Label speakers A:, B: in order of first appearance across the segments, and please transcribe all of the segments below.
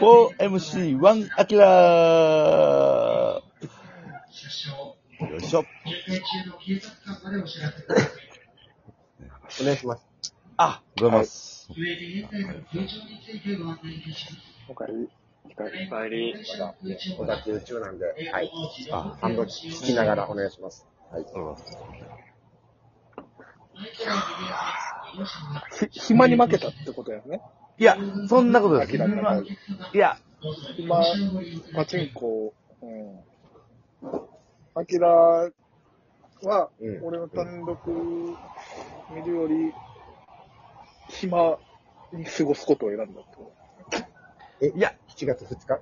A: 4MC1 アキラーよいしょ。
B: お願いします。
A: あ、ございます。
B: おかえり。
C: おかえり。
B: お宅中なんで、はい。
A: あ、
B: 半分聞きながらお願いします。はい。
A: ございます。
D: ひ暇に負けたってことやね。
A: いや、そんなことです。
D: 明らかに。
A: いや、
D: 暇、パチンコ、うん。アキラは、
B: うん
D: 俺の単独見るより、暇に過ごすことを選んだってこ
B: え、
A: いや、
B: 7月2日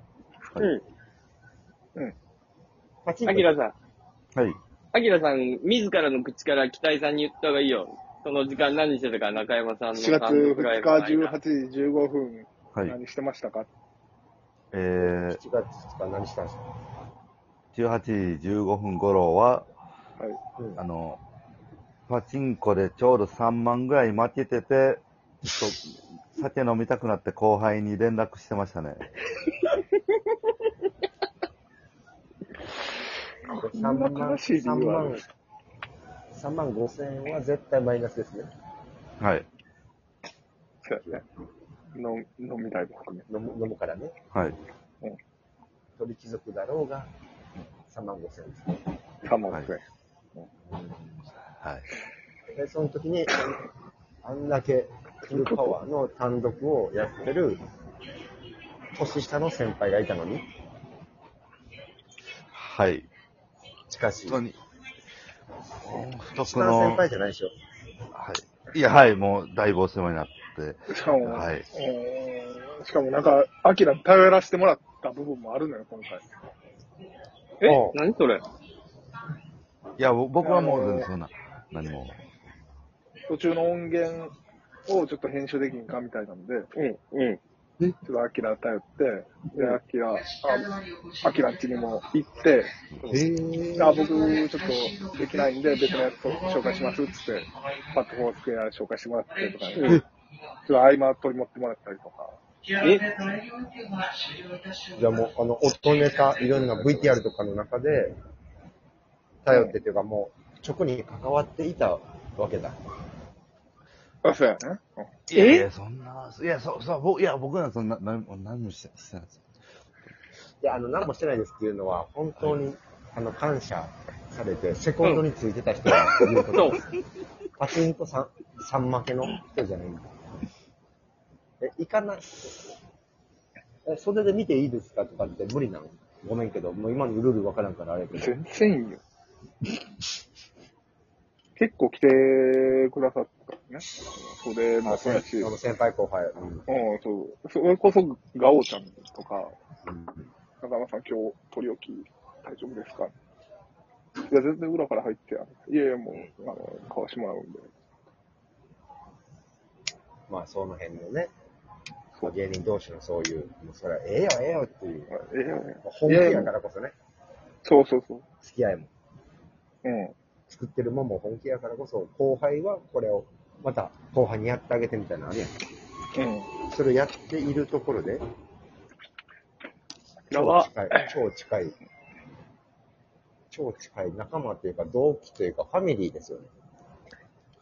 C: うん。
B: パチンコ
C: アキラさん、
A: はい。
C: アキラさん、自らの口から北井さんに言った方がいいよ。その時間何してたか、中山さん
D: と。
C: の
D: 4月2日18時15分、
A: はい。
D: 何してましたか、
A: えー
B: 7、月2日何したんですか
A: 18時15分頃は、
B: うん
A: あの、パチンコでちょうど3万ぐらい負けてて、ちょっと酒飲みたくなって後輩に連絡してましたね。
B: 3
D: んな悲しい理由はあるんで
B: 3万5千円は絶対マイナスですね。
A: はい。
D: そうやね。の飲み代も含め。
B: 飲む飲むからね。
A: はい。
B: 鳥貴族だろうが、3万5千円ですね。
D: 3万くらい。
A: はい。
B: で、その時に、あんだけフルパワーの単独をやってる、年下の先輩がいたのに、
A: はい。
B: しかし、
A: 本当に。
B: 年
A: 僕
B: 下の先
A: の、は
B: 輩じゃないでしょ。
A: い。いや、はい、もう、だいぶお世話になって。
D: しかも、
A: はい
D: うんしかもなんか、アキラに頼らせてもらった部分もあるのよ、今回。
C: え
B: おう
C: 何それ
A: いや、ぼ僕はもう全然そんな、何も。
D: 途中の音源をちょっと編集できんかみたいなんで、ち
C: うん、うん。
D: ょっとアキラ頼って、で、アキラ、あアキラんちにも行って、
B: へ
D: あ僕ちょっとできないんで別のやつを紹介しますっつって、パッドフォースクエア紹介してもらってとか、ちょっと合間取り持ってもらったりとか。
C: え
B: じゃあもう、あの、音ネタ、いろんな VTR とかの中で、頼ってというか、もう、直に関わっていたわけだ。
D: あ、そうやね。
A: いやいや、そんな、いや、そう、そう、僕、いや、僕らそんな、何も、何もして、してないです。
B: いや、あの、何もしてないですっていうのは、本当に、あの、感謝されて、セコンドについてた人が言うこ
C: そ
B: と
C: う
B: で。す。パチンコさん、さん負けの人じゃないんだ。え、行かない。え、袖で見ていいですかとかって無理なのごめんけど、もう今のルールわからんからあれやけど。
D: 全然いいよ。結構来てくださったからね。袖も
B: あ、
D: そう
B: 先
D: やし。
B: あの先輩後輩。うん
D: うん、そう。それこそ、ガオちゃんとか、
B: うん
D: 中山さん今日取り置き大丈夫ですかいや、全然裏から入ってやる。いやいや、もう、あの、買わしてもらうんで。
B: まあ、その辺のね、まあ芸人同士のそういう、もうそれはええよ、ええよっていう、
D: あええやん
B: まあ本気やからこそね、
D: そうそうそう。
B: 付き合いも、
D: うん。
B: 作ってるもんも本気やからこそ、後輩はこれを、また後輩にやってあげてみたいなのあるやん。
D: うん。
B: それをやっているところで、
D: や
B: 超
D: ば。
B: 近い、超近い、超近い仲間というか、同期というか、ファミリーですよね。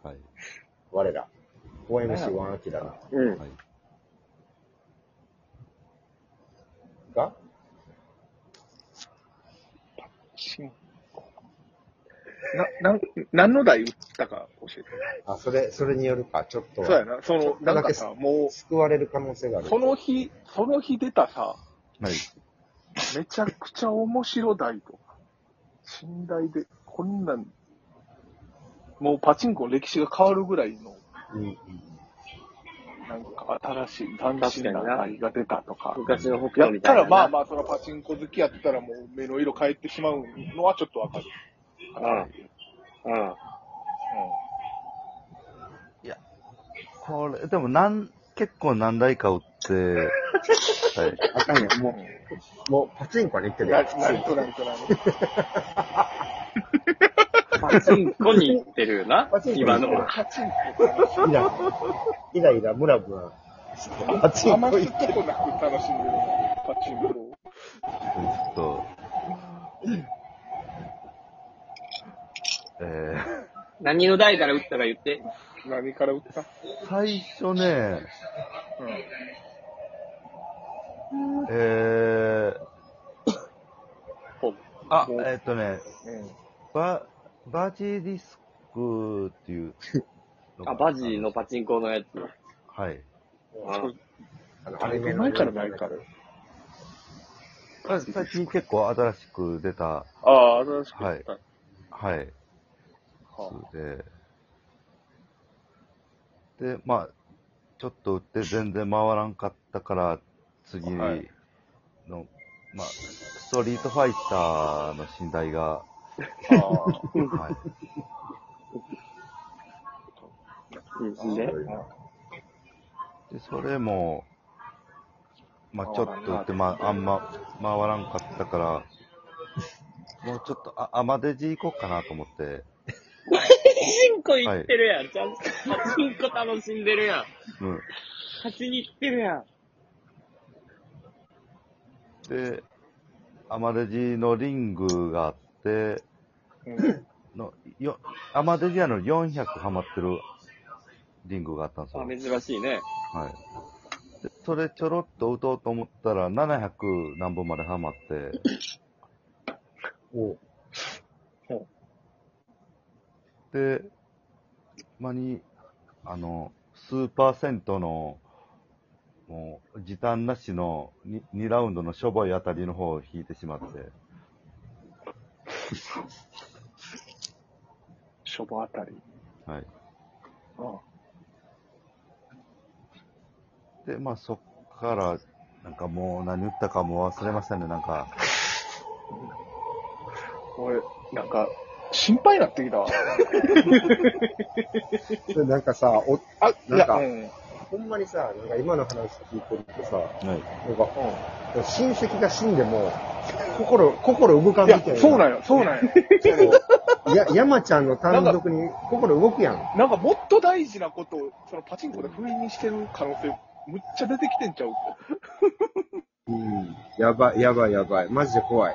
A: はい。
B: 我ら。OMC1 アキラの
C: うん。
A: はい。
B: が、
D: な、なん、何の台打ったか教えて。
B: あ、それ、それによるか、ちょっと
D: そうやな。その、なんか
B: ちょ
D: さ、
B: っ
D: も
B: 救われる可能性があ
D: う、
B: る。
D: その日、その日出たさ、
A: はい。
D: めちゃくちゃ面白台とか、信頼で、こんなん、もうパチンコの歴史が変わるぐらいの、
B: うんうん
D: なんか新しい斬新な台が出たとか。
C: 昔の北
D: やっ
C: 斗み
D: た
C: たいな。
D: らまあまあ、そのパチンコ好きやったらもう目の色変えてしまうのはちょっとわかる。
C: あ。うん。うん。
A: これ、でも、なん、結構何台か売 って、はい。
B: あかんやん、もう、もう、パチンコに行って
D: うん。
B: る
D: な
B: やん
D: ななんとなんとなんと。
C: パチンコに行ってるよな
B: パチン、コに
C: 今
B: 行ってる
C: のは。
D: パチンコ
B: イライラ、イライラ、ムラブラ、パチンコ
D: 余
B: 行
D: すとこなく楽しんでるな、パチンコを。
A: ちょっと、えー
C: 何の台から打ったか言って。
D: 何から打った
A: 最初ね、
D: うん。
A: えー
D: ほぼ。
A: あ、
D: うん
A: えーっとね、バ、バジディスクっていうのが
C: あ、バジーのパチンコのやつ。
A: はい。
C: うん
B: あの
D: あれ、前から前から。
A: あ最近結構新しく出た、
D: ああ、新しく打った。
A: はい。
D: は
A: で、で、まあ、ちょっと売って全然回らんかったから、次の、
D: はい
A: まあ、ストリートファイターの寝台が、
D: あああ。
A: はい、
C: うんで、
A: で、それも、まあちょっと売って、まああんま回らんかったから、もうちょっと、あ、アマデジ行こうかなと思って、
C: パチンコ行ってるやん。ちゃんとパチンコ楽しんでるやん。
A: うん。
C: 勝ちに行ってるやん。
A: で、アマデジのリングがあって、のよアマデジアの400ハマってるリングがあったんですよ。
C: あ、珍しいね。
A: はい。で、それちょろっと打とうと思ったら、700何本までハマって、
B: お
A: で、ほんまに、あの、スーパーセントの、もう、時短なしの 2, 2ラウンドのしょぼいあたりの方を引いてしまって、
D: しょぼあたり。
A: はい。
D: あ
A: で、まあそっから、なんかもう何打ったかも忘れましたね、なんか。
D: あ。俺、なんか、心配になってきたわ。
B: それなんかさ、お
D: あ、
B: なんか
D: いやうん
B: ほんまにさ、なんか今の話聞いてるとさ、
A: はい。
B: なんか、親戚が死んでも、心、心動かん
D: い
B: みたい
D: や、
B: な。
D: そうなんよ、そうなんよ。
B: いや、山ちゃんの単独に心動くやん。
D: なんかもっと大事なことを、そのパチンコで不意にしてる可能性、むっちゃ出てきてんちゃう
B: うん。やばい、やばい、やばい。マジで怖い。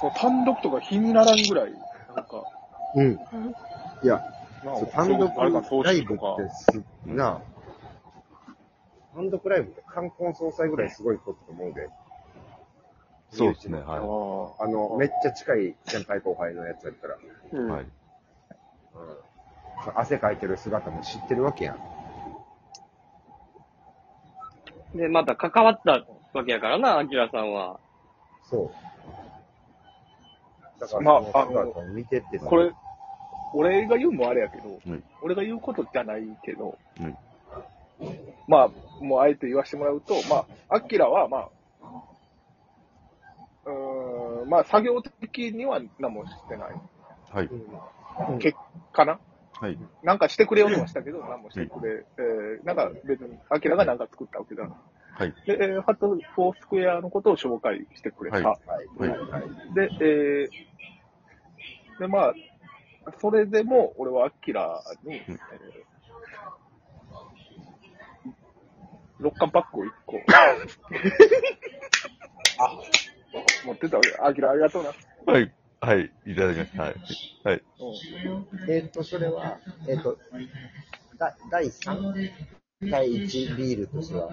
D: その単独とか日にならんぐらい、なんか、
B: うん。いや、
D: な
B: そう単独
D: あれか、葬
B: ライ
D: 式
B: ブ
D: と
B: っ
D: か。
B: てす、なあ単独ライブって冠婚葬祭ぐらいすごいことと思うで。
A: そうですね、
D: あ
A: は
D: あ
B: あの、めっちゃ近い先輩後輩のやつやったら、
A: い。
C: うん。
A: はい。
B: うん、汗かいてる姿も知ってるわけやん。
C: で、また関わったわけやからな、アキラさんは。
B: そう。だから、
D: ま
B: ま
D: あ
B: あ、
D: あの
B: あ、見てってさ
D: これ、、俺が言うのもあれやけど、
A: はい
D: 俺が言うことじゃないけど、
A: はい
D: まあ、もうあえて言わせてもらうと、まあ、アキラは、まあ、うーん、まあ、作業的には何もしてない。
A: はい。
B: うん
D: 結果な
A: はい。
D: なんかしてくれようとはしたけど、何もしてくれ、えー、なんか別に、アキラが何か作ったわけだな。
A: はい。
D: で、えー、ハットフォースクエアのことを紹介してくれた。
A: はい
B: はい、
A: はい
B: はい。
D: で、えー、で、まあ、それでも、俺はアキラに、え
A: うん
D: ー、6缶パックを1個。あ、持ってたわけ。アキラ、ありがとうな。うん
A: はい。はい。いただきました。はい。はい。
B: えっ、と、それは、えっ、と、だ第3、第1ビールとしては、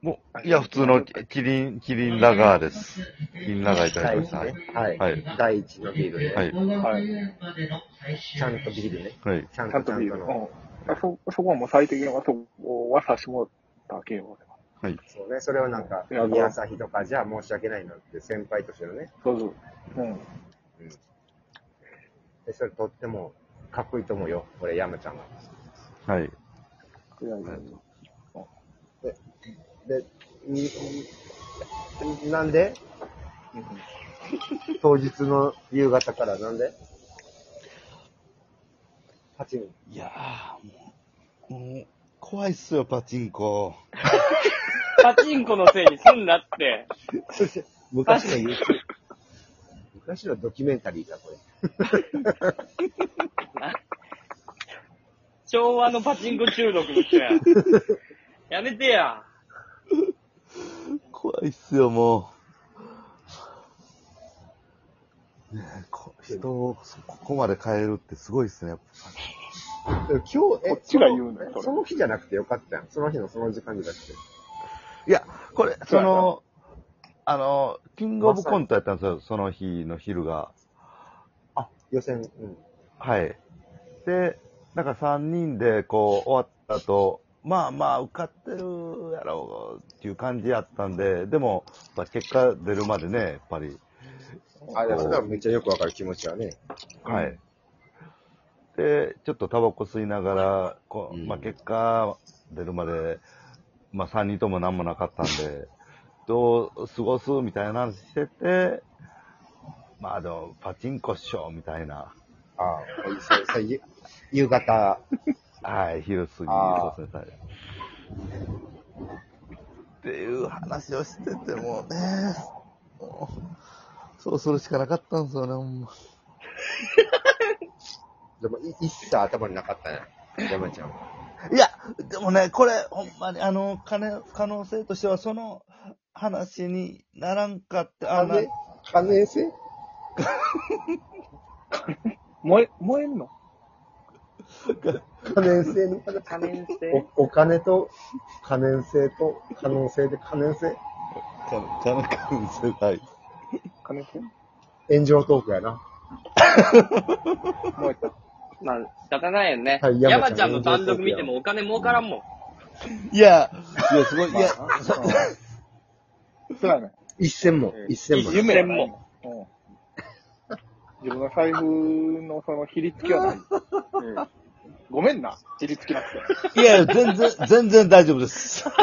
A: もう、いや、普通のキキリン、キリンラガーです。キリンラガーいただき
B: 第
A: ました。
B: 1
A: は
B: ね
A: い。。
B: はい。
A: はい
B: 第1のビールね。
A: はい。
B: ちゃんとビールね。
A: はい。
B: ちゃん
D: ちゃ
B: と
D: ん
B: ち
D: と
B: ゃ
D: 見
B: ん
D: え
B: と
D: る。うん
B: の。
D: あそ、そこはもう最適な、そこはさしてもらったけよ。俺は
B: そうね。それはなんか、
D: うん
B: 宮崎とかじゃ申し訳ないなって、先輩としてのね。
D: そうそう。うん。
B: でそれとっても、かっこいいと思うよ。俺、山ちゃんが。
A: はい。
D: いやいやいや
B: で、になんで当日の夕方からなんで ?8 人。
A: いやー、もう、もう怖いっすよ、パチンコ。
C: パチンコのせいにすんな って。
B: 昔の YouTube。昔のドキュメンタリーか、これ。
C: な昭和のパチンコ中毒の人や。やめてや。
A: 怖いっすよ、もう。ねえ、こ人をそここまで変えるってすごいっすね。やっ
B: 今日、え、
D: こっちが言うね
B: その
D: それ
B: その日じゃなくてよかったやん。その日のその時間じゃなくて。
A: ぱいや、これ、
D: そう
A: そ
D: やな
A: の、あの、キングオブコントやったんですよ、その日の昼が。
B: 予選、うん。
A: はい。で、なんか3人でこう終わった後、まあまあ受かってるやろうっていう感じやったんで、でも、まあ、結果出るまでね、やっぱり。
B: あ、いや、それはめっちゃよくわかる気持ちはね。
A: はい。で、ちょっとタバコ吸いながら、こう
B: うん
A: まあ、結果出るまで、まあ、3人とも何もなかったんで、どう過ごすみたいな話してて、まあでも、パチンコっしょみたいな。
B: ああ、そう、そう、ゆ夕方、
A: はい、昼過ぎ、
B: あー
A: そうですね。っていう話をしててもね、もうそうするしかなかったんですよね、ほんま。
B: でも、い一切頭になかったね。山ちゃんは。
A: いや、でもね、これ、ほんまに、あの、可能可能性としては、その話にならんかった、あな
B: 金、金性
D: 燃え、燃えんの
B: 可燃性の話。
C: 可燃性
B: おお金と、可燃性と、可能性で可燃性
A: 可能可能性ない。
D: 金って
B: 炎上トークやな。
D: 燃えた。
C: まあ、仕方ないよね。
B: はい
C: 山
B: 山
C: ち
B: ち
C: ゃ
B: ゃ
C: ん
B: ん
C: の単独見てもお金儲からんもん。
A: いや、いや、すごい、いや、
D: そうやね。
B: 一銭も
C: うん、
B: 一銭も。
D: 夢やないもん。うん自分の財布のその、ひりつ きはない。
C: うん
D: ごめんな、ひりつきなくて。
A: いや、全然、全然大丈夫です。